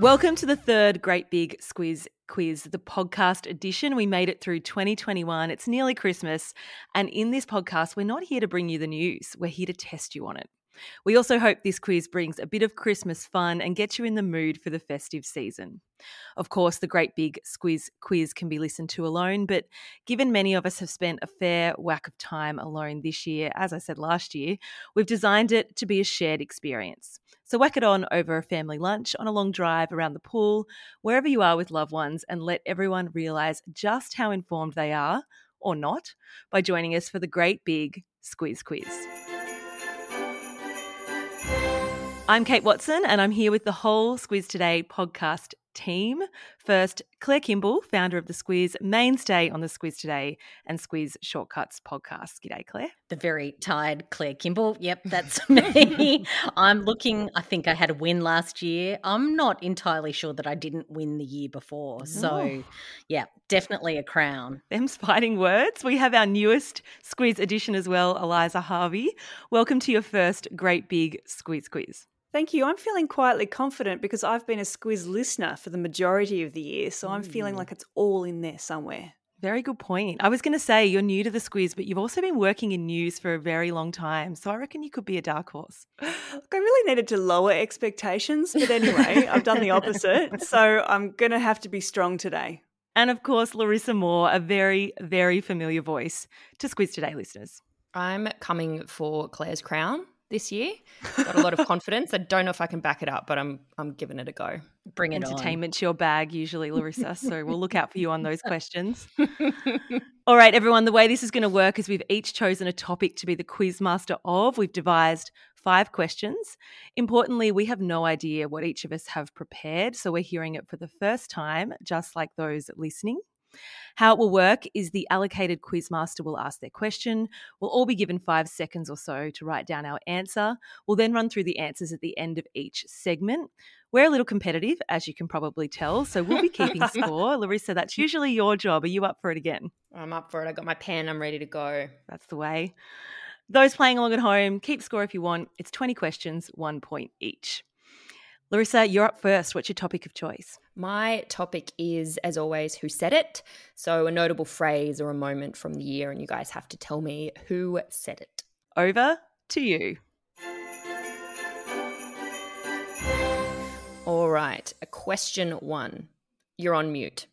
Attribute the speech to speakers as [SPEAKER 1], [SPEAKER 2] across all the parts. [SPEAKER 1] Welcome to the third Great Big Squiz Quiz, the podcast edition. We made it through 2021. It's nearly Christmas. And in this podcast, we're not here to bring you the news, we're here to test you on it. We also hope this quiz brings a bit of Christmas fun and gets you in the mood for the festive season. Of course, the Great Big Squiz Quiz can be listened to alone, but given many of us have spent a fair whack of time alone this year, as I said last year, we've designed it to be a shared experience. So whack it on over a family lunch, on a long drive, around the pool, wherever you are with loved ones, and let everyone realize just how informed they are or not by joining us for the Great Big Squiz Quiz. I'm Kate Watson, and I'm here with the whole Squiz Today podcast team. First, Claire Kimball, founder of the Squiz, mainstay on the Squiz Today and Squiz Shortcuts podcast. G'day, Claire.
[SPEAKER 2] the very tired Claire Kimball. Yep, that's me. I'm looking, I think I had a win last year. I'm not entirely sure that I didn't win the year before. So, yeah, definitely a crown.
[SPEAKER 1] Them's fighting words. We have our newest Squiz edition as well, Eliza Harvey. Welcome to your first great big Squiz Quiz.
[SPEAKER 3] Thank you. I'm feeling quietly confident because I've been a Squiz listener for the majority of the year, so I'm feeling like it's all in there somewhere.
[SPEAKER 1] Very good point. I was going to say you're new to the Squiz, but you've also been working in news for a very long time. So I reckon you could be a dark horse.
[SPEAKER 3] Look, I really needed to lower expectations, but anyway, I've done the opposite, so I'm going to have to be strong today.
[SPEAKER 1] And of course, Larissa Moore, a very, very familiar voice to Squiz Today listeners.
[SPEAKER 4] I'm coming for Claire's crown this year. Got a lot of confidence. I don't know if I can back it up, but I'm I'm giving it a go.
[SPEAKER 2] Bring it on.
[SPEAKER 1] Entertainment's your bag, usually, Larissa. So we'll look out for you on those questions. All right, everyone, the way this is going to work is we've each chosen a topic to be the quiz master of. We've devised five questions. Importantly, we have no idea what each of us have prepared, so we're hearing it for the first time, just like those listening. How it will work is the allocated quizmaster will ask their question. We'll all be given five seconds or so to write down our answer. We'll then run through the answers at the end of each segment. We're a little competitive, as you can probably tell, so we'll be keeping score. Larissa, that's usually your job. Are you up for it again?
[SPEAKER 4] I'm up for it. I got my pen. I'm ready to go.
[SPEAKER 1] That's the way. Those playing along at home, keep score if you want. It's 20 questions, one point each. Larissa, you're up first. What's your topic of choice?
[SPEAKER 4] My topic is, as always, who said it. So a notable phrase or a moment from the year, and you guys have to tell me who said it.
[SPEAKER 1] Over to you.
[SPEAKER 4] All right. Question one. You're on mute.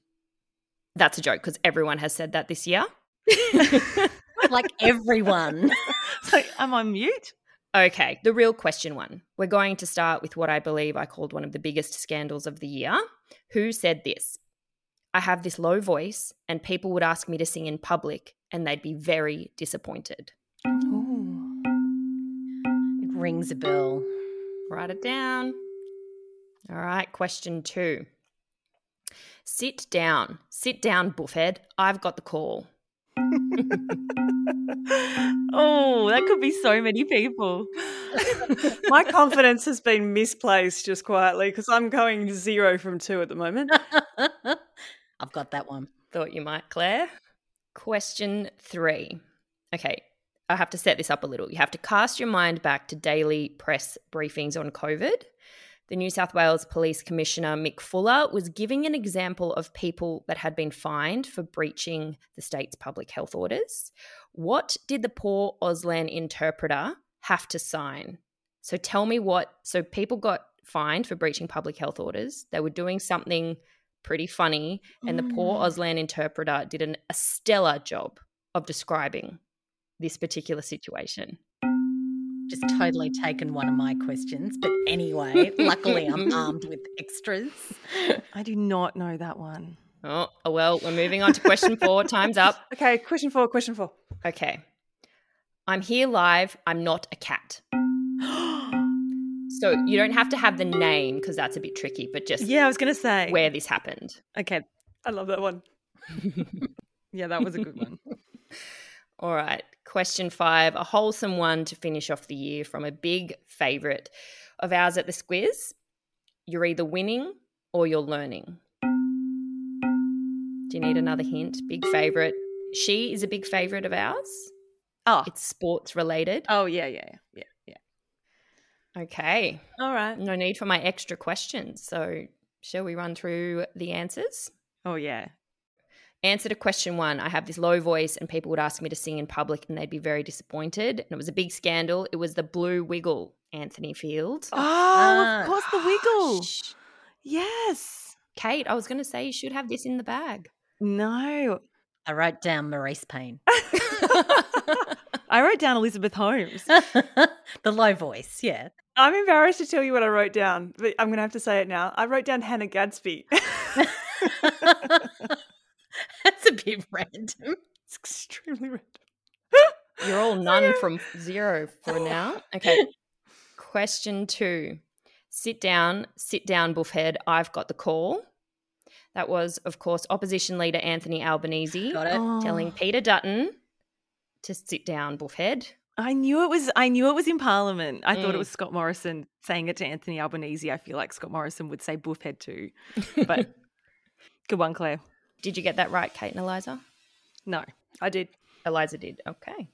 [SPEAKER 4] That's a joke because everyone has said that this year.
[SPEAKER 2] like everyone.
[SPEAKER 1] So, am I mute?
[SPEAKER 4] Okay, the real question one. We're going to start with what I believe I called one of the biggest scandals of the year. Who said this? I have this low voice, and people would ask me to sing in public, and they'd be very disappointed.
[SPEAKER 2] It rings a bell.
[SPEAKER 4] Write it down. All right, question two. Sit down. Sit down, Buffhead. I've got the call.
[SPEAKER 1] Oh, that could be so many people.
[SPEAKER 3] My confidence has been misplaced just quietly because I'm going zero from two at the moment.
[SPEAKER 2] I've got that one.
[SPEAKER 4] Thought you might, Claire. Question three. Okay, I have to set this up a little. You have to cast your mind back to daily press briefings on COVID. The New South Wales Police Commissioner Mick Fuller was giving an example of people that had been fined for breaching the state's public health orders. What did the poor Auslan interpreter have to sign? So tell me what. So people got fined for breaching public health orders. They were doing something pretty funny, and the poor Auslan interpreter did an, a stellar job of describing this particular situation.
[SPEAKER 2] Just totally taken one of my questions. But anyway, luckily I'm armed with extras.
[SPEAKER 1] I do not know that one.
[SPEAKER 4] Oh, oh, well, we're moving on to question four. Time's up.
[SPEAKER 3] Okay, question four, question four.
[SPEAKER 4] Okay. I'm here live. I'm not a cat. So you don't have to have the name because that's a bit tricky, but just
[SPEAKER 1] yeah, I was going to say.
[SPEAKER 4] where this happened.
[SPEAKER 1] Okay.
[SPEAKER 3] I love that one.
[SPEAKER 1] Yeah, that was a good one.
[SPEAKER 4] All right. Question five a wholesome one to finish off the year from a big favorite of ours at the Squiz. You're either winning or you're learning. Do you need another hint? Big favorite. She is a big favorite of ours.
[SPEAKER 1] Oh,
[SPEAKER 4] It's sports related.
[SPEAKER 1] oh yeah, yeah, yeah, yeah, yeah.
[SPEAKER 4] Okay.
[SPEAKER 3] All right.
[SPEAKER 4] No need for my extra questions. So, shall we run through the answers?
[SPEAKER 1] Oh yeah.
[SPEAKER 4] Answer to question one I have this low voice, and people would ask me to sing in public, and they'd be very disappointed. And it was a big scandal. It was the Blue Wiggle, Anthony Field.
[SPEAKER 1] Oh,
[SPEAKER 2] Ah.
[SPEAKER 1] of course, the wiggle.
[SPEAKER 4] Shh.
[SPEAKER 1] Yes.
[SPEAKER 4] Kate, I was going to say you should have this in the bag.
[SPEAKER 1] No.
[SPEAKER 2] I wrote down Maurice Payne.
[SPEAKER 1] I wrote down Elizabeth Holmes.
[SPEAKER 2] the low voice, yeah.
[SPEAKER 3] I'm embarrassed to tell you what I wrote down, but I'm going to have to say it now. I wrote down Hannah Gadsby.
[SPEAKER 2] That's a bit random.
[SPEAKER 3] it's extremely random.
[SPEAKER 4] You're all
[SPEAKER 3] I
[SPEAKER 4] none
[SPEAKER 3] know.
[SPEAKER 4] from zero for now. Okay. Question two Sit down, sit down, Buffhead. I've got the call. That was, of course, opposition leader Anthony Albanese
[SPEAKER 2] Got it.
[SPEAKER 1] Oh.
[SPEAKER 4] telling Peter Dutton to sit down, Buffhead.
[SPEAKER 1] I knew it was. I knew it was in Parliament. I thought
[SPEAKER 4] Mm.
[SPEAKER 1] it was Scott Morrison saying it to Anthony Albanese. I feel like Scott Morrison would say "boofhead" too. But good one, Claire.
[SPEAKER 4] Did you get that right, Kate and Eliza?
[SPEAKER 1] No.
[SPEAKER 3] I did.
[SPEAKER 4] Eliza did. Okay.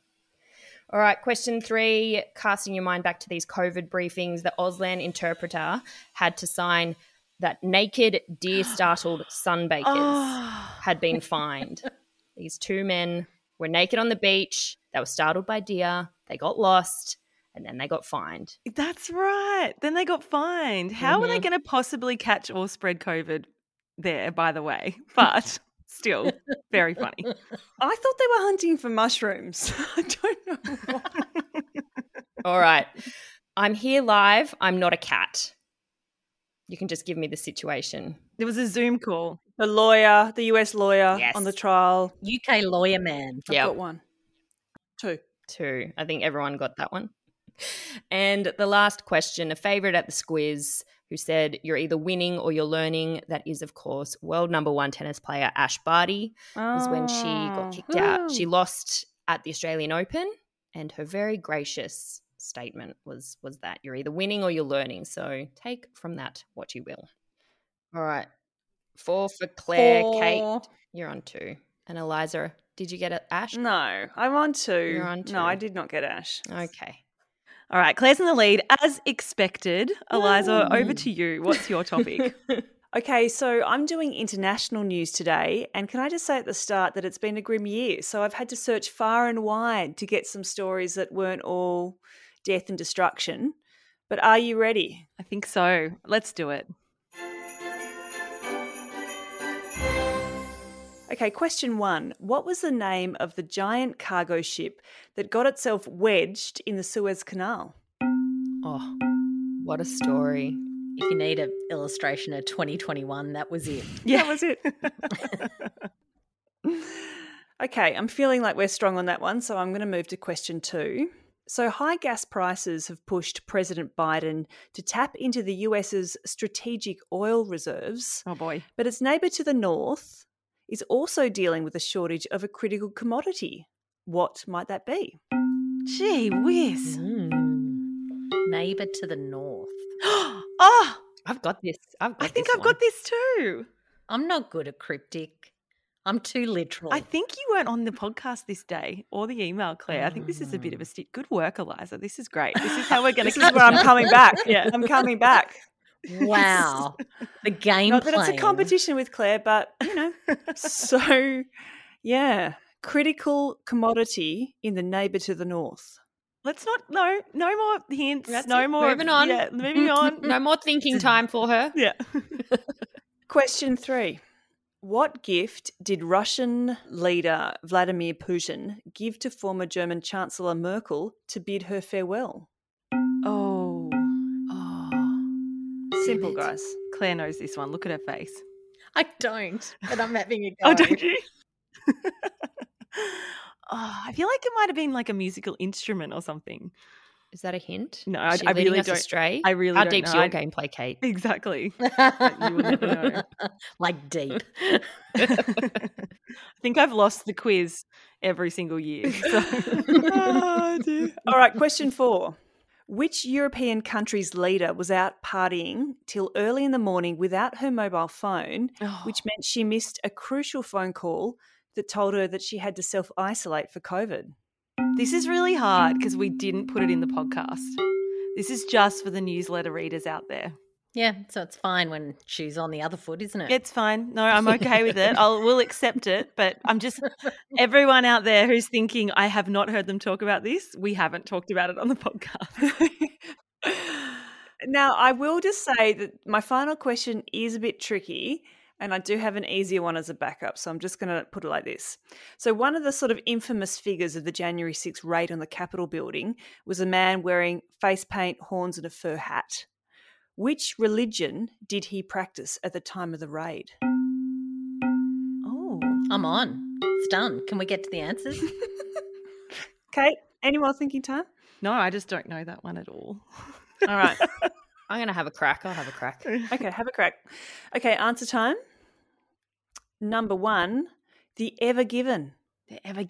[SPEAKER 4] All right. Question three casting your mind back to these COVID briefings, the Auslan interpreter had to sign that naked, deer startled sunbakers
[SPEAKER 1] Ah. Oh,
[SPEAKER 4] had been fined. these two men were naked on the beach. They were startled by deer. They got lost and then they got fined.
[SPEAKER 1] That's right. Then they got fined. How were they
[SPEAKER 4] Mhm.
[SPEAKER 1] going to possibly catch or spread COVID there, by the way? But still, very funny.
[SPEAKER 3] I thought they were hunting for mushrooms. I don't know why.
[SPEAKER 4] All right. I'm here live. I'm not a cat. You can just give me the situation.
[SPEAKER 1] There was a Zoom call.
[SPEAKER 3] the lawyer, the US lawyer
[SPEAKER 4] Yes.
[SPEAKER 3] on the trial.
[SPEAKER 2] UK lawyer man.
[SPEAKER 3] I've
[SPEAKER 4] Yep.
[SPEAKER 3] got one. Two.
[SPEAKER 4] two. I think everyone got that one. And the last question, a favorite at the Squiz, who said, You're either winning or you're learning. That is, of course, world number one tennis player Ash Barty. Is when she
[SPEAKER 1] Ah,
[SPEAKER 3] Ah.
[SPEAKER 4] got kicked out. She lost at the Australian Open, and her very gracious statement was was that you're either winning or you're learning. So take from that what you will. All right. Four for Claire, Kate.
[SPEAKER 3] Four.
[SPEAKER 4] You're on two. And Eliza, did you get it, Ash?
[SPEAKER 1] Mm.
[SPEAKER 3] No, I'm on 2
[SPEAKER 4] You're on two.
[SPEAKER 3] No, I did not get Ash.
[SPEAKER 4] Okay.
[SPEAKER 1] All right, Claire's in the lead as expected. Eliza, over
[SPEAKER 2] Yay.
[SPEAKER 1] to you. What's your topic?
[SPEAKER 3] Okay, so I'm doing international news today, and can I just say at the start that it's been a grim year? So I've had to search far and wide to get some stories that weren't all death and destruction. But are you ready?
[SPEAKER 1] I think so. Let's do it.
[SPEAKER 3] Okay, question one What was the name of the giant cargo ship that got itself wedged in the Suez Canal?
[SPEAKER 4] Oh, what a story.
[SPEAKER 2] If you need an illustration of 2021, that was it.
[SPEAKER 1] Yeah.
[SPEAKER 3] That was it. okay, I'm feeling like we're strong on that one, so I'm going to move to question two. So, high gas prices have pushed President Biden to tap into the US's strategic oil reserves,
[SPEAKER 1] Oh boy.
[SPEAKER 3] but its neighbor to the north is also dealing with a shortage of a critical commodity. What might that be?
[SPEAKER 1] Gee whiz. Mm.
[SPEAKER 2] Neighbour to the north.
[SPEAKER 1] oh,
[SPEAKER 4] I've got this. I've got
[SPEAKER 1] I think
[SPEAKER 4] this
[SPEAKER 1] I've got this too.
[SPEAKER 2] I'm not good at cryptic. I'm too literal.
[SPEAKER 1] I think you weren't on the podcast this day or the email, Claire. I think this is a bit of a stick. Good work, Eliza. This is great. This is how we're going to
[SPEAKER 3] This is where I'm coming back.
[SPEAKER 1] Yeah.
[SPEAKER 3] I'm coming back.
[SPEAKER 2] wow. the game
[SPEAKER 3] Not that it's a
[SPEAKER 2] plan.
[SPEAKER 3] competition with Claire, but you know. so, yeah, critical commodity in the neighbor to the north.
[SPEAKER 1] Let's not. No, no more hints.
[SPEAKER 4] That's
[SPEAKER 1] no
[SPEAKER 4] it.
[SPEAKER 1] more.
[SPEAKER 4] Moving on.
[SPEAKER 1] Yeah, moving on.
[SPEAKER 4] No more thinking time for her.
[SPEAKER 1] Yeah.
[SPEAKER 3] Question three. What gift did Russian leader Vladimir Putin give to former German Chancellor Merkel to bid her farewell?
[SPEAKER 1] Oh. oh.
[SPEAKER 3] Simple, guys.
[SPEAKER 1] Claire knows this one. Look at her face.
[SPEAKER 2] I don't, but I'm having a go.
[SPEAKER 1] Oh, don't you? oh, I feel like it might have been like a musical instrument or something.
[SPEAKER 4] Is that a hint?
[SPEAKER 1] No, I-
[SPEAKER 4] Is she
[SPEAKER 1] I
[SPEAKER 4] leading
[SPEAKER 1] really
[SPEAKER 4] us
[SPEAKER 1] don't-
[SPEAKER 4] Astray?
[SPEAKER 1] I really
[SPEAKER 4] How
[SPEAKER 1] don't
[SPEAKER 4] deep's
[SPEAKER 1] know.
[SPEAKER 4] your
[SPEAKER 1] I-
[SPEAKER 4] gameplay, Kate?
[SPEAKER 1] Exactly.
[SPEAKER 2] But
[SPEAKER 1] you will never know.
[SPEAKER 2] like deep.
[SPEAKER 1] I think I've lost the quiz every single year. So.
[SPEAKER 3] Oh, dear. All right, question four. Which European country's leader was out partying till early in the morning without her mobile phone,
[SPEAKER 1] Oh,
[SPEAKER 3] which meant she missed a crucial phone call that told her that she had to self isolate for COVID?
[SPEAKER 1] this is really hard because we didn't put it in the podcast. This is just for the newsletter readers out there.
[SPEAKER 2] Yeah, so it's fine when she's on the other foot, isn't it?
[SPEAKER 1] It's fine. No, I'm okay with it. I'll we'll accept it. But I'm just everyone out there who's thinking I have not heard them talk about this. We haven't talked about it on the podcast.
[SPEAKER 3] now, I will just say that my final question is a bit tricky, and I do have an easier one as a backup. So I'm just going to put it like this. So, one of the sort of infamous figures of the January 6th raid on the Capitol building was a man wearing face paint, horns, and a fur hat. Which religion did he practice at the time of the raid?
[SPEAKER 1] oh,
[SPEAKER 2] I'm on. It's done. Can we get to the answers?
[SPEAKER 3] Kate, any more thinking time?
[SPEAKER 1] no, I just don't know that one at all.
[SPEAKER 3] All right.
[SPEAKER 4] I'm going to have a crack. I'll have a crack.
[SPEAKER 3] Okay, have a crack. Okay, answer time. Number one, the ever given
[SPEAKER 1] They're ever
[SPEAKER 3] wedged.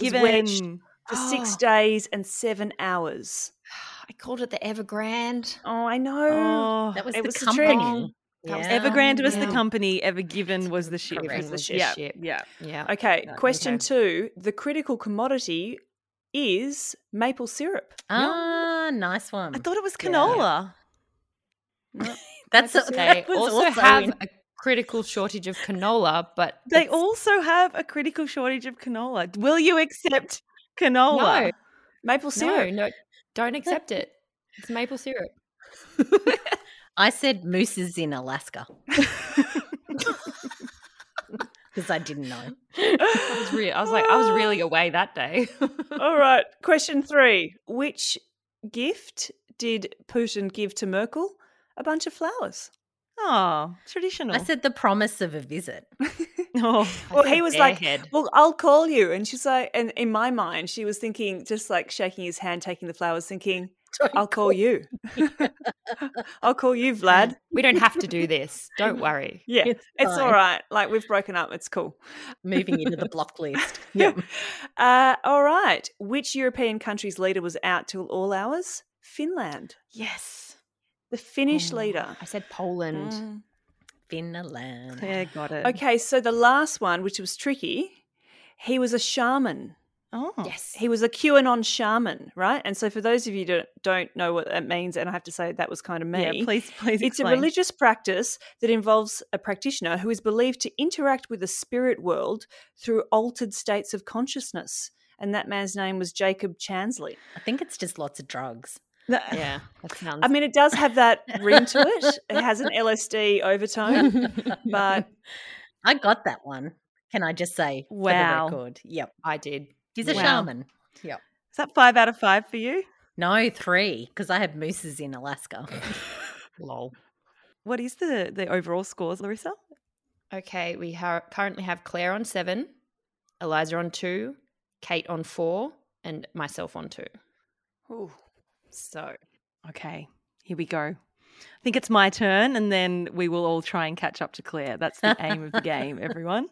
[SPEAKER 1] given.
[SPEAKER 3] for six
[SPEAKER 4] Oh.
[SPEAKER 3] days and seven hours.
[SPEAKER 4] I called it the Evergrande.
[SPEAKER 3] Oh, I know.
[SPEAKER 1] Oh,
[SPEAKER 2] That was
[SPEAKER 3] It
[SPEAKER 2] the
[SPEAKER 3] was the trick.
[SPEAKER 2] company.
[SPEAKER 4] That was
[SPEAKER 1] Evergrande was the
[SPEAKER 4] Yeah.
[SPEAKER 1] company. Ever given was the ship.
[SPEAKER 4] Evergrande
[SPEAKER 3] the
[SPEAKER 4] was
[SPEAKER 3] ship.
[SPEAKER 4] the
[SPEAKER 1] Yeah,
[SPEAKER 4] ship.
[SPEAKER 1] yeah.
[SPEAKER 4] Yeah.
[SPEAKER 3] Oh, Okay,
[SPEAKER 4] Yeah,
[SPEAKER 3] question
[SPEAKER 4] okay.
[SPEAKER 3] two. The critical commodity is maple syrup.
[SPEAKER 2] Ah, nice one.
[SPEAKER 1] I thought it was
[SPEAKER 2] Yeah.
[SPEAKER 1] canola.
[SPEAKER 2] That's
[SPEAKER 3] Maple syrup.
[SPEAKER 4] They
[SPEAKER 2] was
[SPEAKER 4] also
[SPEAKER 2] also
[SPEAKER 4] have
[SPEAKER 2] in-
[SPEAKER 4] a critical shortage of canola, but
[SPEAKER 1] They
[SPEAKER 4] it's-
[SPEAKER 1] also have a critical shortage of canola. Will you accept canola?
[SPEAKER 4] no,
[SPEAKER 3] Maple
[SPEAKER 4] no,
[SPEAKER 3] syrup.
[SPEAKER 4] no, don't accept it. It's maple syrup.
[SPEAKER 2] I said mooses in Alaska. Because I didn't know.
[SPEAKER 4] I was, re- I was like, I was really away that day.
[SPEAKER 3] All right, question three. Which gift did Putin give to Merkel? A bunch of flowers.
[SPEAKER 1] Oh, traditional.
[SPEAKER 2] I said the promise of a visit.
[SPEAKER 1] oh.
[SPEAKER 3] Well, he was like,
[SPEAKER 4] Airhead.
[SPEAKER 3] Well, I'll call you. And she's like, and in my mind, she was thinking, just like shaking his hand, taking the flowers, thinking, I'll call you. I'll call you, Vlad.
[SPEAKER 4] we don't have to do this. Don't worry.
[SPEAKER 3] Yeah, it's,
[SPEAKER 2] It's
[SPEAKER 3] all
[SPEAKER 2] fine.
[SPEAKER 3] right. Like, we've broken up. It's cool.
[SPEAKER 2] Moving into the block list.
[SPEAKER 3] Yeah. Uh, all right. Which European country's leader was out till all hours? Finland.
[SPEAKER 1] Yes.
[SPEAKER 3] The Finnish
[SPEAKER 4] Oh,
[SPEAKER 3] leader.
[SPEAKER 4] I said Poland.
[SPEAKER 3] Mm.
[SPEAKER 2] Finland.
[SPEAKER 1] Claire got it.
[SPEAKER 3] Okay, so the last one, which was tricky, he was a shaman.
[SPEAKER 1] Oh.
[SPEAKER 4] Yes.
[SPEAKER 3] He was a QAnon shaman, right? And so, for those of you who don't know what that means, and I have to say that was kind of me.
[SPEAKER 1] Yeah, please, please.
[SPEAKER 3] It's a
[SPEAKER 1] explain.
[SPEAKER 3] religious practice that involves a practitioner who is believed to interact with the spirit world through altered states of consciousness. And that man's name was Jacob Chansley.
[SPEAKER 2] I think it's just lots of drugs.
[SPEAKER 4] yeah. That sounds.
[SPEAKER 3] I mean, it does have that ring to it. It has an LSD overtone, but
[SPEAKER 2] I got that one. Can I just say,
[SPEAKER 1] Wow.
[SPEAKER 2] for the record? Yep.
[SPEAKER 4] I did.
[SPEAKER 2] He's a
[SPEAKER 1] Wow.
[SPEAKER 2] shaman.
[SPEAKER 1] Is that five out of five for you?
[SPEAKER 2] No, three, because I had mooses in Alaska.
[SPEAKER 4] Lol.
[SPEAKER 1] What is the the overall scores, Larissa?
[SPEAKER 4] Okay, we ha- currently have Claire on seven, Eliza on two, Kate on four, and myself on two.
[SPEAKER 3] Ooh.
[SPEAKER 4] So
[SPEAKER 1] Okay, here we go. I think it's my turn, and then we will all try and catch up to Claire. That's the aim of the game, everyone.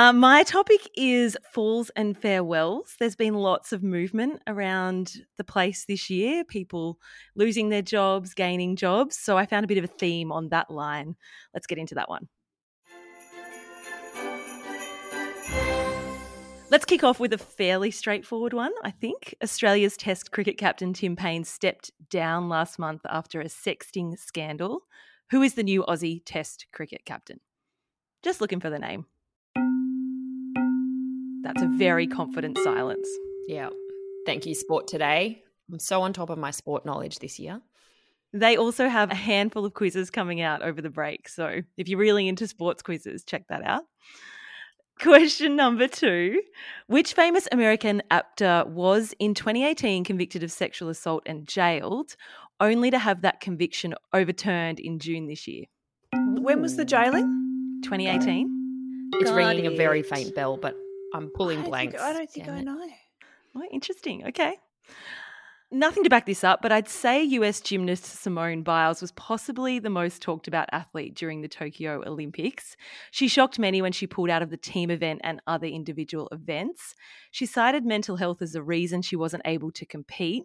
[SPEAKER 1] Uh, my topic is falls and farewells. There's been lots of movement around the place this year, people losing their jobs, gaining jobs. So I found a bit of a theme on that line. Let's get into that one. Let's kick off with a fairly straightforward one, I think. Australia's Test cricket captain Tim Payne stepped down last month after a sexting scandal. Who is the new Aussie Test cricket captain? Just looking for the name. That's a very confident silence.
[SPEAKER 4] yeah, thank you, sport today. I'm so on top of my sport knowledge this year.
[SPEAKER 1] They also have a handful of quizzes coming out over the break. So if you're really into sports quizzes, check that out. Question number two Which famous American actor was in 2018 convicted of sexual assault and jailed, only to have that conviction overturned in June this year?
[SPEAKER 3] when was the jailing?
[SPEAKER 1] 2018?
[SPEAKER 4] It's
[SPEAKER 2] Got
[SPEAKER 4] ringing a very
[SPEAKER 2] it.
[SPEAKER 4] faint bell, but I'm
[SPEAKER 3] I
[SPEAKER 4] pulling
[SPEAKER 3] don't think-
[SPEAKER 4] blanks.
[SPEAKER 3] I don't think
[SPEAKER 4] Damn
[SPEAKER 3] I
[SPEAKER 4] it.
[SPEAKER 3] know.
[SPEAKER 1] Oh, interesting. Okay. nothing to back this up, but I'd say US gymnast Simone Biles was possibly the most talked about athlete during the Tokyo Olympics. She shocked many when she pulled out of the team event and other individual events. She cited mental health as the reason she wasn't able to compete.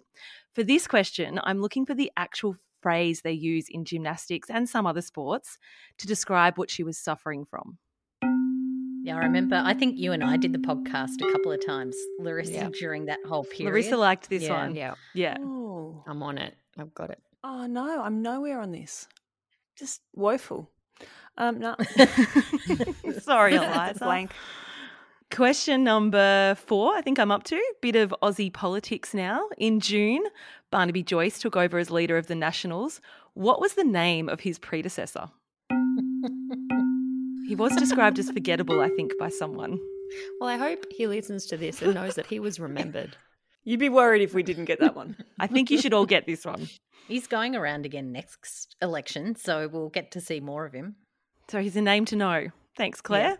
[SPEAKER 1] For this question, I'm looking for the actual phrase they use in gymnastics and some other sports to describe what she was suffering from.
[SPEAKER 2] Yeah, I remember. I think you and I did the podcast a couple of times, Larissa, yeah. during that whole period.
[SPEAKER 1] Larissa liked this
[SPEAKER 4] yeah.
[SPEAKER 1] one.
[SPEAKER 4] Yeah. Oh.
[SPEAKER 1] Yeah.
[SPEAKER 3] Ooh.
[SPEAKER 4] I'm on it. I've got it.
[SPEAKER 3] Oh no, I'm nowhere on this. Just woeful. Um, no.
[SPEAKER 1] Sorry, Eliza.
[SPEAKER 3] Blank.
[SPEAKER 1] Question number four, I think I'm up to. Bit of Aussie politics now. In June, Barnaby Joyce took over as leader of the Nationals. What was the name of his predecessor? he was described as forgettable, I think, by someone.
[SPEAKER 4] Well, I hope he listens to this and knows that he was remembered.
[SPEAKER 3] You'd be worried if we didn't get that one.
[SPEAKER 1] I think you should all get this one.
[SPEAKER 2] He's going around again next election, so we'll get to see more of him.
[SPEAKER 1] So he's a name to know. Thanks, Claire. Yeah,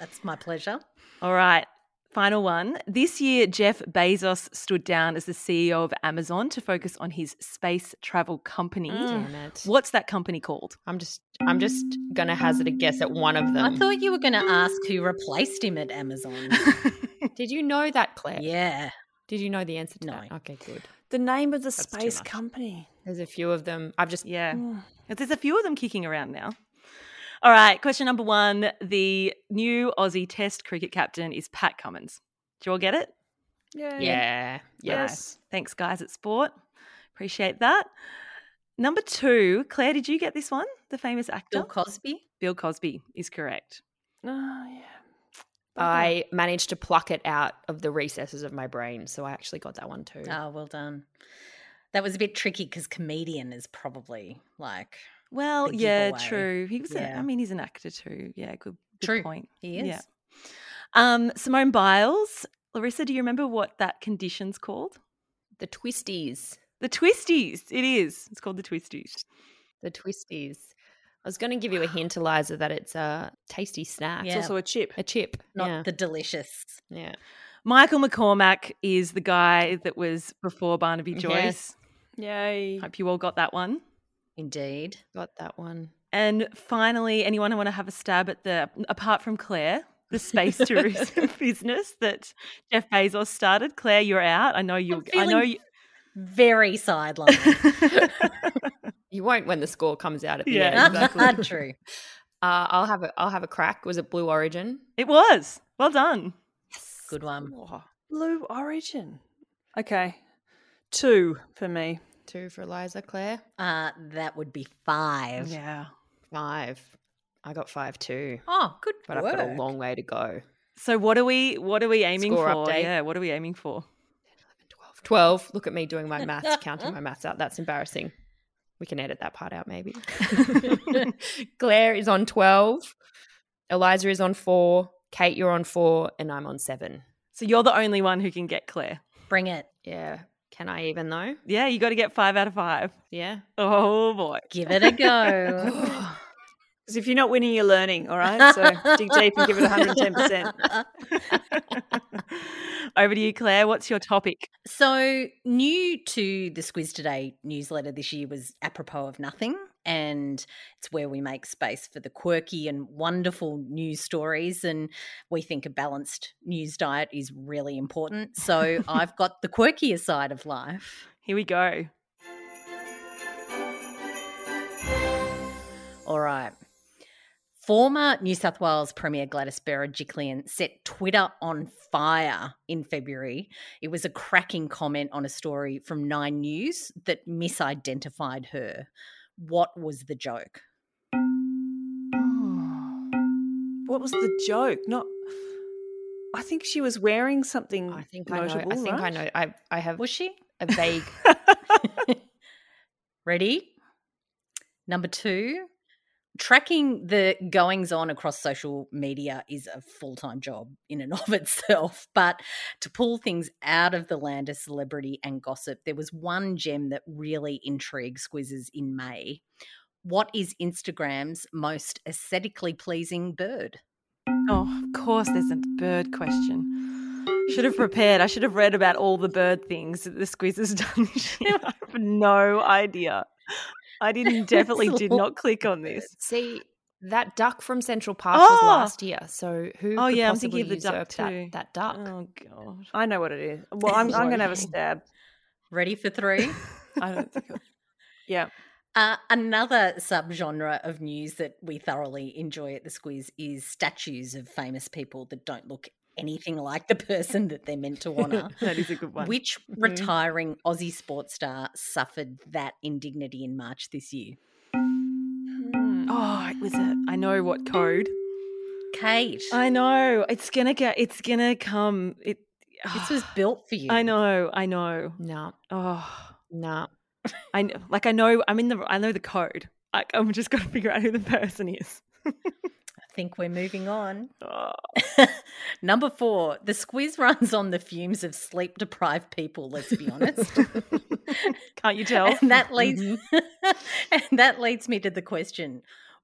[SPEAKER 2] that's my pleasure.
[SPEAKER 1] All right. Final one. This year, Jeff Bezos stood down as the CEO of Amazon to focus on his space travel company.
[SPEAKER 4] Mm.
[SPEAKER 1] What's that company called?
[SPEAKER 4] I'm just, I'm just gonna hazard a guess at one of them.
[SPEAKER 2] I thought you were gonna ask who replaced him at Amazon.
[SPEAKER 4] Did you know that, Claire?
[SPEAKER 2] Yeah.
[SPEAKER 4] Did you know the answer to
[SPEAKER 2] No.
[SPEAKER 4] that? Okay, good.
[SPEAKER 3] The name of the
[SPEAKER 4] That's
[SPEAKER 3] space
[SPEAKER 4] too much.
[SPEAKER 3] company. Mm.
[SPEAKER 4] There's a few of them. I've just
[SPEAKER 1] Yeah. There's a few of them kicking around now. All right. Question number one. The new Aussie Test cricket captain is Pat Cummins. Do you all get it?
[SPEAKER 3] Yeah.
[SPEAKER 4] yeah, yeah.
[SPEAKER 3] Yes.
[SPEAKER 1] Thanks, guys at Sport. Appreciate that. Number two, Claire, did you get this one? The famous actor
[SPEAKER 2] Bill Cosby.
[SPEAKER 1] Bill Cosby is correct.
[SPEAKER 3] Oh yeah.
[SPEAKER 4] I managed to pluck it out of the recesses of my brain, so I actually got that one too.
[SPEAKER 2] Oh, well done. That was a bit tricky because comedian is probably like
[SPEAKER 1] Well,
[SPEAKER 2] The
[SPEAKER 1] yeah,
[SPEAKER 2] giveaway.
[SPEAKER 1] true. He was. A, I
[SPEAKER 2] Yeah.
[SPEAKER 1] mean, he's an actor too. Yeah, good, good
[SPEAKER 2] True.
[SPEAKER 1] point.
[SPEAKER 2] he is.
[SPEAKER 1] Yeah. Um, Simone Biles, Larissa, do you remember what that condition's called?
[SPEAKER 4] The twisties.
[SPEAKER 1] The twisties. It is. It's called the twisties.
[SPEAKER 4] The twisties. I was going to give you a hint, Eliza, that it's a tasty snack.
[SPEAKER 2] Yeah.
[SPEAKER 3] It's also a chip.
[SPEAKER 4] A chip.
[SPEAKER 2] Not
[SPEAKER 4] yeah.
[SPEAKER 2] the delicious.
[SPEAKER 4] yeah.
[SPEAKER 1] Michael McCormack is the guy that was before Barnaby Joyce.
[SPEAKER 4] Yes.
[SPEAKER 3] Yay.
[SPEAKER 1] Hope you all got that one.
[SPEAKER 2] Indeed.
[SPEAKER 4] Got that one.
[SPEAKER 1] And finally, anyone want to have a stab at the apart from Claire, the space tourism business that Jeff Bezos started? Claire, you're out. I know you.
[SPEAKER 2] I'm
[SPEAKER 1] I know
[SPEAKER 2] feeling
[SPEAKER 1] you.
[SPEAKER 2] Very sidelined.
[SPEAKER 4] You won't when the score comes out at the
[SPEAKER 1] Yeah,
[SPEAKER 4] end. uh,
[SPEAKER 2] True.
[SPEAKER 4] I'll have a I'll have a crack. Was it Blue Origin?
[SPEAKER 1] It was well done.
[SPEAKER 2] Good one.
[SPEAKER 3] Oh, Blue Origin. Okay. Two for me.
[SPEAKER 4] Two for Eliza, Claire.
[SPEAKER 2] Uh, that would be five.
[SPEAKER 1] Yeah.
[SPEAKER 4] Five. I got five too,
[SPEAKER 2] Oh, good
[SPEAKER 4] but
[SPEAKER 2] work.
[SPEAKER 4] I've got a long way to go.
[SPEAKER 1] So what are we? What are we aiming
[SPEAKER 4] Score
[SPEAKER 1] for?
[SPEAKER 4] update.
[SPEAKER 1] Yeah. What are we aiming for?
[SPEAKER 4] 12. 12. Look at me doing my maths, counting my maths out. That's embarrassing. We can edit that part out, maybe. Claire is on 12. Eliza is on four. Kate, you're on four. And I'm on seven.
[SPEAKER 1] So you're the only one who can get Claire.
[SPEAKER 2] Bring it.
[SPEAKER 4] Yeah. Can I even though?
[SPEAKER 1] Yeah, you got to get five out of five.
[SPEAKER 4] Yeah.
[SPEAKER 1] Oh boy.
[SPEAKER 2] Give it a go.
[SPEAKER 4] Oh.
[SPEAKER 3] Because if you're not winning, you're learning. All right. So dig deep and give it 110%.
[SPEAKER 1] Over to you, Claire. What's your topic?
[SPEAKER 2] So, new to the Squiz Today newsletter this year was Apropos of Nothing, and it's where we make space for the quirky and wonderful news stories. And we think a balanced news diet is really important. So, I've got the quirkier side of life.
[SPEAKER 1] Here we go.
[SPEAKER 2] All right. Former New South Wales Premier Gladys Berejiklian set Twitter on fire in February. It was a cracking comment on a story from Nine News that misidentified her. What was the joke?
[SPEAKER 3] What was the joke? Not. I think she was wearing something.
[SPEAKER 4] I think I know.
[SPEAKER 3] notable,
[SPEAKER 4] I think I
[SPEAKER 3] right?
[SPEAKER 4] know. I, I have
[SPEAKER 2] Was she?
[SPEAKER 4] a vague.
[SPEAKER 2] Ready? Number two, tracking the goings on across social media is a full time job in and of itself. But to pull things out of the land of celebrity and gossip, there was one gem that really intrigued squizzes in May. What is Instagram's most aesthetically pleasing bird?
[SPEAKER 1] Oh, of course, there's a bird question. Should have prepared. I should have read about all the bird things that the squiz has done this year. I have no idea. I didn't definitely did not click on this.
[SPEAKER 4] See, that duck from Central Park was
[SPEAKER 1] Oh!
[SPEAKER 4] last year. So who
[SPEAKER 1] Oh,
[SPEAKER 4] could
[SPEAKER 1] yeah, I'm
[SPEAKER 4] possibly
[SPEAKER 1] thinking of the duck
[SPEAKER 4] usurp that-
[SPEAKER 1] too.
[SPEAKER 4] That, duck?
[SPEAKER 1] Oh god.
[SPEAKER 3] I know what it is. Well, I'm, I'm going to have a stab.
[SPEAKER 2] Ready for three?
[SPEAKER 3] I don't think. I- yeah.
[SPEAKER 2] Uh, another subgenre of news that we thoroughly enjoy at the Squiz is statues of famous people that don't look anything like the person that they're meant to honour.
[SPEAKER 1] that is a good one.
[SPEAKER 2] Which retiring Aussie sports star suffered that indignity in March this year?
[SPEAKER 4] Mm.
[SPEAKER 3] Hmm.
[SPEAKER 1] oh, it was a I know what code.
[SPEAKER 2] Kate,
[SPEAKER 1] I know. It's gonna get it's gonna come. It
[SPEAKER 2] this was built for you.
[SPEAKER 1] I know, I know.
[SPEAKER 4] No,
[SPEAKER 1] Oh
[SPEAKER 4] no.
[SPEAKER 1] I know, like I know I'm in the I know the code. Like I'm just gotta figure out who the person is.
[SPEAKER 2] I think we're moving on.
[SPEAKER 1] Oh,
[SPEAKER 2] Number four, the squiz runs on the fumes of sleep deprived people, let's be honest.
[SPEAKER 1] can't you tell?
[SPEAKER 2] And that leads and that leads me to the question,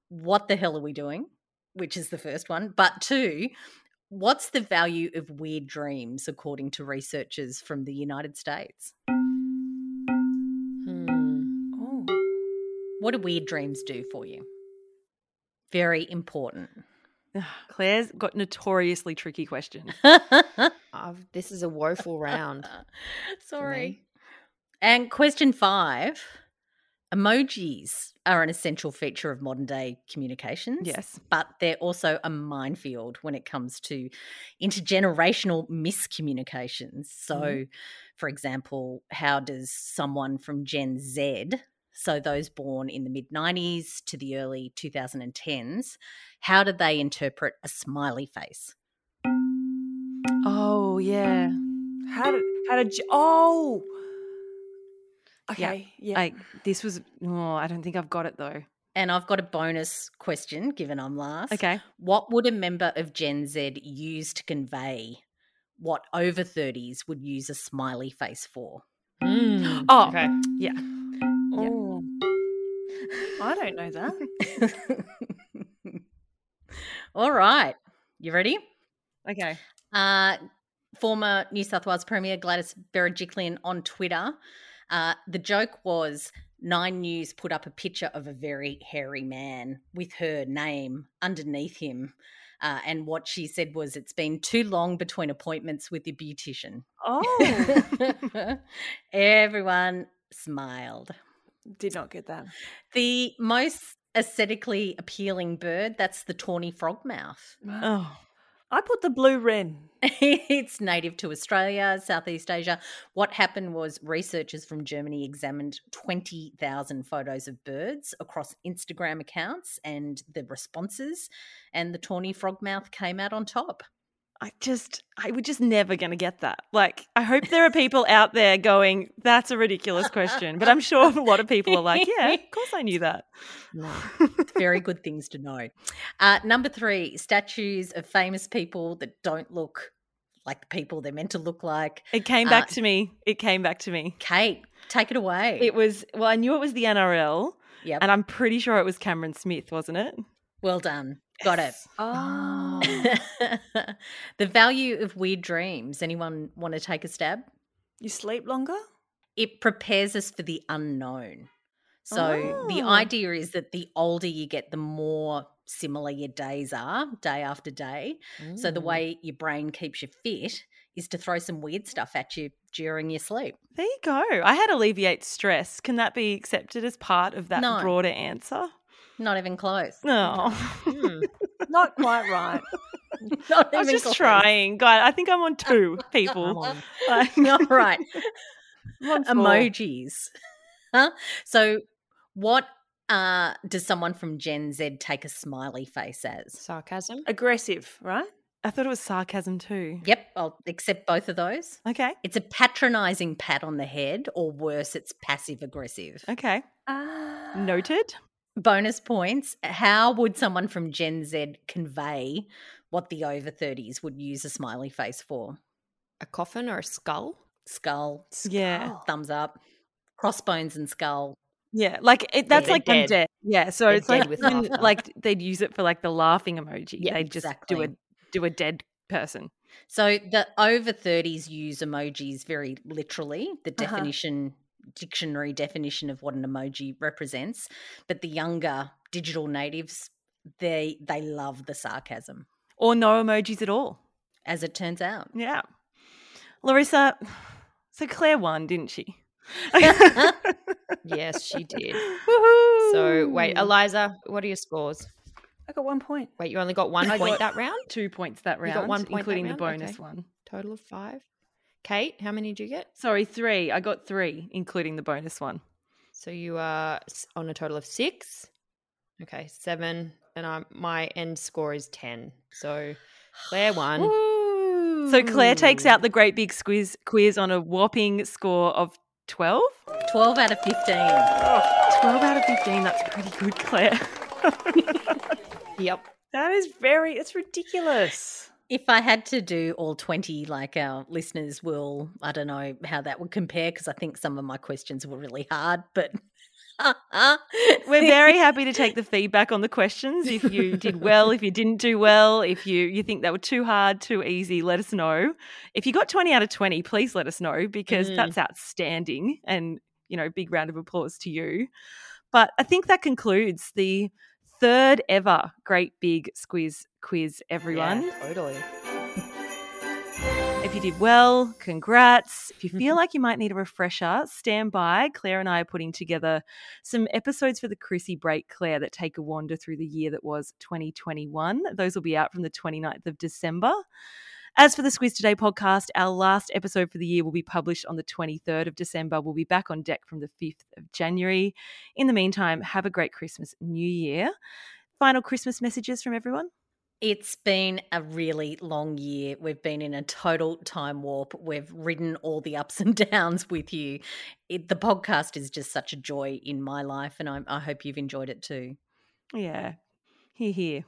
[SPEAKER 2] what the hell are we doing? Which is the first one. But two, what's the value of weird dreams according to researchers from the United States?
[SPEAKER 4] Hmm.
[SPEAKER 3] Oh.
[SPEAKER 2] What do weird dreams do for you? Very important.
[SPEAKER 1] Claire's got notoriously tricky questions.
[SPEAKER 4] I've, this is a woeful round.
[SPEAKER 2] Sorry. And question five emojis are an essential feature of modern day communications.
[SPEAKER 1] Yes.
[SPEAKER 2] But they're also a minefield when it comes to intergenerational miscommunications. So, for example, how does someone from Gen Z, so those born in the mid 90s to the early 2010s, how do they interpret a smiley face?
[SPEAKER 1] Oh yeah.
[SPEAKER 3] How did how did you? Oh.
[SPEAKER 1] Yeah,
[SPEAKER 3] Okay. Yeah.
[SPEAKER 1] I this was oh, I don't think I've got it though.
[SPEAKER 2] And I've got a bonus question given I'm last.
[SPEAKER 1] Okay.
[SPEAKER 2] What would a member of Gen Z use to convey what over 30s would use a smiley face for?
[SPEAKER 4] Hmm.
[SPEAKER 1] Oh.
[SPEAKER 4] Okay.
[SPEAKER 3] Oh. I don't know that.
[SPEAKER 2] All right. You ready?
[SPEAKER 1] Okay.
[SPEAKER 2] Uh, former New South Wales Premier Gladys Berejiklian on Twitter. Uh, the joke was Nine News put up a picture of a very hairy man with her name underneath him. Uh, and what she said was, it's been too long between appointments with the beautician.
[SPEAKER 3] Oh.
[SPEAKER 2] Everyone smiled.
[SPEAKER 3] Did not get that.
[SPEAKER 2] The most aesthetically appealing bird, that's the tawny frogmouth.
[SPEAKER 1] Oh.
[SPEAKER 3] I put the blue wren.
[SPEAKER 2] it's native to Australia, Southeast Asia. What happened was researchers from Germany examined 20,000 photos of birds across Instagram accounts and the responses, and the tawny frogmouth came out on top.
[SPEAKER 1] I just I we're just never gonna get that. Like I hope there are people out there going, that's a ridiculous question. But I'm sure a lot of people are like, Yeah, of course I knew that.
[SPEAKER 4] No.
[SPEAKER 2] Very good things to know. Uh, number three, statues of famous people that don't look like the people they're meant to look like.
[SPEAKER 1] It came back to me. It came back to me.
[SPEAKER 2] Kate, take it away.
[SPEAKER 1] It was well, I knew it was the NRL
[SPEAKER 2] yep.
[SPEAKER 1] and I'm pretty sure it was Cameron Smith, wasn't it?
[SPEAKER 2] well done. Got it.
[SPEAKER 3] Oh.
[SPEAKER 2] the value of weird dreams. Anyone want to take a stab?
[SPEAKER 3] You sleep longer?
[SPEAKER 2] It prepares us for the unknown. So the
[SPEAKER 1] Oh.
[SPEAKER 2] idea is that the older you get, the more similar your days are, day after day. So
[SPEAKER 1] Mm.
[SPEAKER 2] the way your brain keeps you fit is to throw some weird stuff at you during your sleep.
[SPEAKER 1] There you go. I had alleviate stress. Can that be accepted as part of that
[SPEAKER 2] No.
[SPEAKER 1] broader answer?
[SPEAKER 2] Not even close.
[SPEAKER 1] No. Mm.
[SPEAKER 4] Hmm.
[SPEAKER 3] Not quite right.
[SPEAKER 2] Not
[SPEAKER 1] I was
[SPEAKER 2] even
[SPEAKER 1] just
[SPEAKER 2] close.
[SPEAKER 1] trying. God, I think I'm on two
[SPEAKER 4] Come
[SPEAKER 1] people.
[SPEAKER 4] on.
[SPEAKER 1] Like,
[SPEAKER 2] All right.
[SPEAKER 1] I'm on four.
[SPEAKER 2] emojis. Huh? So, what uh, does someone from Gen Z take a smiley face as?
[SPEAKER 4] Sarcasm.
[SPEAKER 3] Aggressive, right?
[SPEAKER 1] I thought it was sarcasm too.
[SPEAKER 2] Yep, I'll accept both of those.
[SPEAKER 1] Okay.
[SPEAKER 2] It's a patronizing pat on the head, or worse, it's passive aggressive.
[SPEAKER 1] Okay.
[SPEAKER 3] Ah.
[SPEAKER 1] Noted.
[SPEAKER 2] Bonus points How would someone from Gen Z convey what the over 30s would use a smiley face for?
[SPEAKER 4] A coffin or a skull?
[SPEAKER 2] Skull,
[SPEAKER 1] Yeah.
[SPEAKER 2] thumbs up, crossbones, and skull.
[SPEAKER 1] Yeah. Like it, that's
[SPEAKER 4] They're
[SPEAKER 1] like I'm
[SPEAKER 4] dead.
[SPEAKER 1] dead. Yeah. So
[SPEAKER 4] They're
[SPEAKER 1] it's like
[SPEAKER 4] dead with
[SPEAKER 1] when-
[SPEAKER 4] laughter.
[SPEAKER 1] like they'd use it for like the laughing emoji.
[SPEAKER 4] Yeah,
[SPEAKER 1] they'd just do
[SPEAKER 2] exactly.
[SPEAKER 1] a do a dead person.
[SPEAKER 2] So the over 30s use emojis very literally, the
[SPEAKER 3] Uh-huh.
[SPEAKER 2] definition, dictionary definition of what an emoji represents. But the younger digital natives, they they love the sarcasm,
[SPEAKER 1] or no emojis at all.
[SPEAKER 2] as it turns out.
[SPEAKER 1] Yeah. Larissa, so Claire won, didn't she?
[SPEAKER 4] Yes, she did.
[SPEAKER 1] Woohoo.
[SPEAKER 4] So wait, Eliza, what are your scores?
[SPEAKER 3] I got one point.
[SPEAKER 4] Wait, you only got one
[SPEAKER 1] I
[SPEAKER 4] point
[SPEAKER 1] got-
[SPEAKER 4] that round?
[SPEAKER 1] two points that
[SPEAKER 4] You
[SPEAKER 1] round,
[SPEAKER 4] got one point that
[SPEAKER 1] including the
[SPEAKER 4] round?
[SPEAKER 1] bonus
[SPEAKER 4] Okay.
[SPEAKER 1] one.
[SPEAKER 4] Total of five. Kate, how many did you get?
[SPEAKER 1] Sorry, three. I got three, including the bonus one.
[SPEAKER 4] So you are s- on a total of six. Okay, seven. And I, my end score is 10. So Claire
[SPEAKER 1] Mm.
[SPEAKER 4] won.
[SPEAKER 1] So Claire takes out the great big squiz quiz on a whopping score of 12?
[SPEAKER 2] 12 out of 15.
[SPEAKER 1] 12 out of 15. That's pretty good, Claire.
[SPEAKER 4] Yep.
[SPEAKER 3] That is very. It's ridiculous.
[SPEAKER 2] If I had to do all 20, like our listeners will, I don't know how that would compare because I think some of my questions were really hard, but
[SPEAKER 1] We're very happy to take the feedback on the questions. If you did well, if you didn't do well, if you, you think they were too hard, too easy, let us know. If you got 20 out of 20, please let us know because
[SPEAKER 4] Mm.
[SPEAKER 1] that's outstanding and, you know, big round of applause to you. But I think that concludes the third ever Great Big Squiz Quiz, everyone.
[SPEAKER 4] Yeah, totally.
[SPEAKER 1] If you did well, congrats. If you feel like you might need a refresher, stand by. Claire and I are putting together some episodes for the Chrissy Break, Claire, that take a wander through the year that was 2021. Those will be out from the 29th of December. As for the Squiz Today podcast, our last episode for the year will be published on the 23rd of December. We'll be back on deck from the 5th of January. In the meantime, have a great Christmas, New Year. Final Christmas messages from everyone?
[SPEAKER 2] It's been a really long year. We've been in a total time warp. We've ridden all the ups and downs with you. It, the podcast is just such a joy in my life, and I, I hope you've enjoyed it too.
[SPEAKER 1] Yeah. Hear, hear.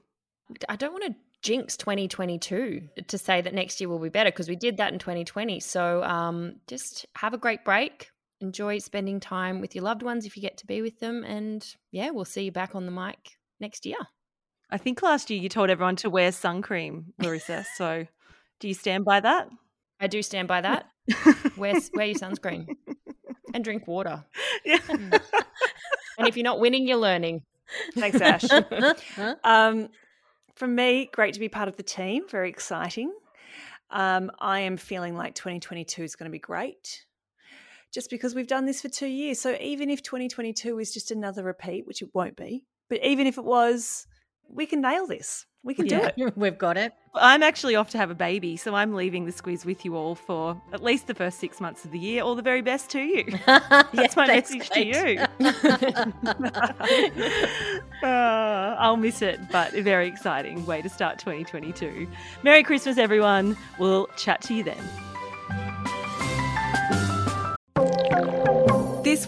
[SPEAKER 4] I don't want to jinx 2022 to say that next year will be better because we did that in 2020. So um, just have a great break. Enjoy spending time with your loved ones if you get to be with them. And yeah, we'll see you back on the mic next year.
[SPEAKER 1] I think last year you told everyone to wear sun cream, Larissa. so do you stand by that?
[SPEAKER 4] I do stand by that. wear, wear your sunscreen and drink water.
[SPEAKER 1] Yeah.
[SPEAKER 4] And if you're not winning, you're learning.
[SPEAKER 3] Thanks, Ash.
[SPEAKER 2] Huh?
[SPEAKER 3] Um, from me, great to be part of the team. Very exciting. Um, I am feeling like 2022 is going to be great just because we've done this for two years. So even if 2022 is just another repeat, which it won't be, but even if it was, we can nail this. We can do
[SPEAKER 1] Yeah.
[SPEAKER 3] it.
[SPEAKER 2] We've got it.
[SPEAKER 1] I'm actually off to have a baby, so I'm leaving the squeeze with you all for at least the first six months of the year. All the very best to you.
[SPEAKER 2] That's
[SPEAKER 1] my message to Uh, I'll miss it, but a very exciting way to start 2022. Merry Christmas, everyone. We'll chat to you then.
[SPEAKER 5] This